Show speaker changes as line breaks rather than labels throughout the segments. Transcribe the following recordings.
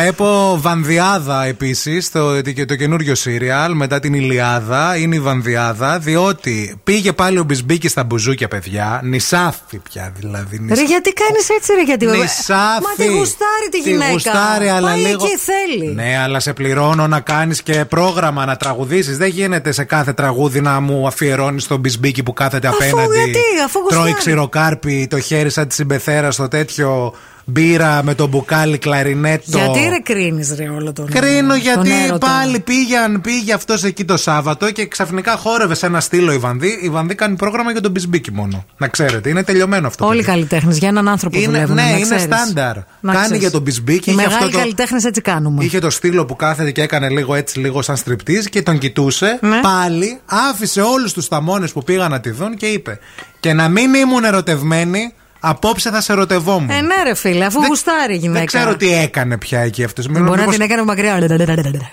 Βλέπω Βανδιάδα επίσης, το, το καινούριο σύριαλ μετά την Ηλιάδα. Είναι η Βανδιάδα, διότι πήγε πάλι ο Μπισμπίκη στα μπουζούκια, παιδιά. Νησάφη πια δηλαδή.
Ρε, γιατί κάνεις έτσι, ρε, γιατί
Νησάφη.
Μα τη γουστάρει τη γυναίκα.
Τη γουστάρει, αλλά
Πάει
λίγο.
εκεί θέλει.
Ναι, αλλά σε πληρώνω να κάνεις και πρόγραμμα να τραγουδήσεις. Δεν γίνεται σε κάθε τραγούδι να μου αφιερώνεις τον Μπισμπίκη που κάθεται
Αφού
απέναντι.
γιατί, αφού
τρώει
γουστάρει.
ξηροκάρπι, το χέρι σαν τη συμπεθέρα στο τέτοιο. Μπύρα με το μπουκάλι κλαρινέτο.
Γιατί ρε κρίνεις, ρε, όλο τον
Κρίνω
τον
γιατί
έρωτα.
πάλι πήγαν, πήγε αυτός εκεί το Σάββατο και ξαφνικά χόρευε σε ένα στήλο η Βανδί. Η Βανδί κάνει πρόγραμμα για τον Μπισμπίκη μόνο. Να ξέρετε, είναι τελειωμένο αυτό.
Όλοι οι
παιδί.
καλλιτέχνες για έναν άνθρωπο
Είναι-
δουλεύουν.
ναι,
να
είναι
ξέρεις.
στάνταρ.
Να
Κάνει
ξέρεις.
για τον Μπισμπίκη,
Οι
είχε
μεγάλοι
αυτό το-
καλλιτέχνες έτσι κάνουμε.
Είχε το στήλο που κάθεται και έκανε λίγο έτσι, λίγο σαν στριπτής και τον κοιτούσε.
Ναι.
Πάλι άφησε όλους τους θαμώνες που πήγαν να τη δουν και είπε: Και να μην ήμουν ερωτευμένη, απόψε θα σε ερωτευόμουν.
Ε, ναι, ρε φίλε, αφού
Δεν-
γουστάρει η γυναίκα.
Δεν ξέρω τι έκανε πια εκεί αυτός.
Μπορεί να την έκανε μακριά.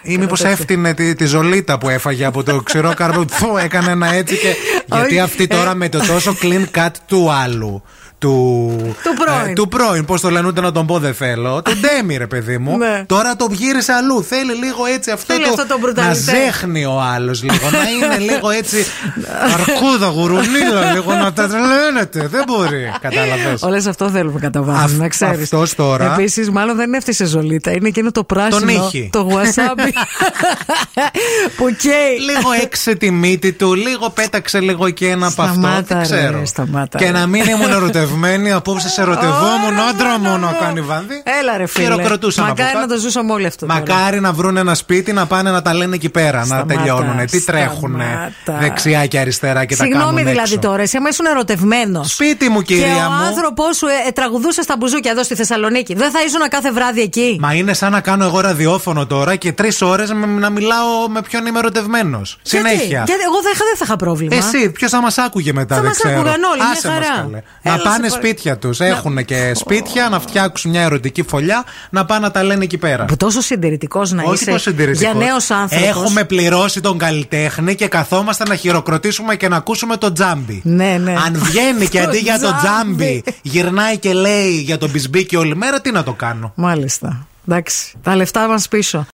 Ή μήπω έφτιανε τη, τη ζολίτα που έφαγε από το ξηρό καρπό. Φου, έκανε ένα έτσι και. γιατί
Όχι. ε,
αυτή τώρα με το τόσο clean cut του άλλου. Του,
Του πρώην.
Ε, του πρώην, πώς το λένε, ούτε να τον πω δεν θέλω. Τον Ντέμι, ρε παιδί μου.
Ναι.
Τώρα το γύρισε αλλού. Θέλει λίγο έτσι αυτό
Θέλει
το.
αυτό το
να
brutality.
ζέχνει ο άλλος λίγο. να είναι λίγο έτσι. αρκούδα, γουρουνίλα, λίγο να τα τρελαίνεται. Δεν μπορεί. Κατάλαβε.
Όλες αυτό θέλουμε κατά
Αυ-
βάση, να ξέρεις.
αυτός τώρα-
Επίσης, μάλλον δεν έφτιασε ζολίτα. Είναι εκείνο το πράσινο.
είχε.
Το wasabi. που καίει.
λίγο έξε τη μύτη του, λίγο πέταξε λίγο και ένα από αυτό.
Σταμάτα,
Δεν
ρε,
ξέρω.
σταμάτα,
και
ρε.
να μην ήμουν ερωτευμένη, απόψε σε ερωτευόμουν,
Ωραία,
άντρα μου να
μπράβο.
κάνει βάνδι.
ναι, Έλα ρε φίλε.
Χειροκροτούσαν από
Μακάρι
κάτω.
να το ζούσαμε όλοι αυτό. τώρα.
Μακάρι να βρουν ένα σπίτι να πάνε να τα λένε εκεί πέρα,
Σταμάτα,
να τελειώνουν. Τι
σταμάτα.
τρέχουνε δεξιά και αριστερά και τα κάνουν.
Συγγνώμη δηλαδή
έξω.
τώρα, εσύ άμα ήσουν ερωτευμένος.
Σπίτι μου,
Και
κυρία
ο
μου.
άνθρωπό σου ε, ε, τραγουδούσε στα μπουζούκια εδώ στη Θεσσαλονίκη. Δεν θα ήσουν κάθε βράδυ εκεί.
Μα είναι σαν να κάνω εγώ ραδιόφωνο τώρα και τρεις ώρες να μιλάω με ποιον είμαι ερωτευμένος.
Γιατί?
Συνέχεια.
Γιατί εγώ δεν θα, δεν θα είχα πρόβλημα.
Εσύ, ποιος θα μας άκουγε μετά,
Θα
δεν
μας
ξέρω.
άκουγαν όλοι, μια
Άσε μας,
χαρά.
καλέ.
Έλα,
να πάνε
σε παρα-
σπίτια τους. Έχουν και σπίτια, να φτιάξουν μια ερωτική φωλιά, να πάνε να τα λένε εκεί πέρα.
Που τόσο συντηρητικός να
Όχι
είσαι.
τόσο συντηρητικός.
Για νέος άνθρωπος.
Έχουμε πληρώσει τον καλλιτέχνη και καθόμαστε να χειροκροτήσουμε και να ακούσουμε τον τζάμπι.
Ναι, ναι.
Αν βγαίνει και
Το
αντί για τον τζάμπι
τζάμπι.
γυρνάει και λέει για τον μπισμπίκι όλη μέρα, τι να το κάνω.
Μάλιστα. Εντάξει. Τα λεφτά μας πίσω.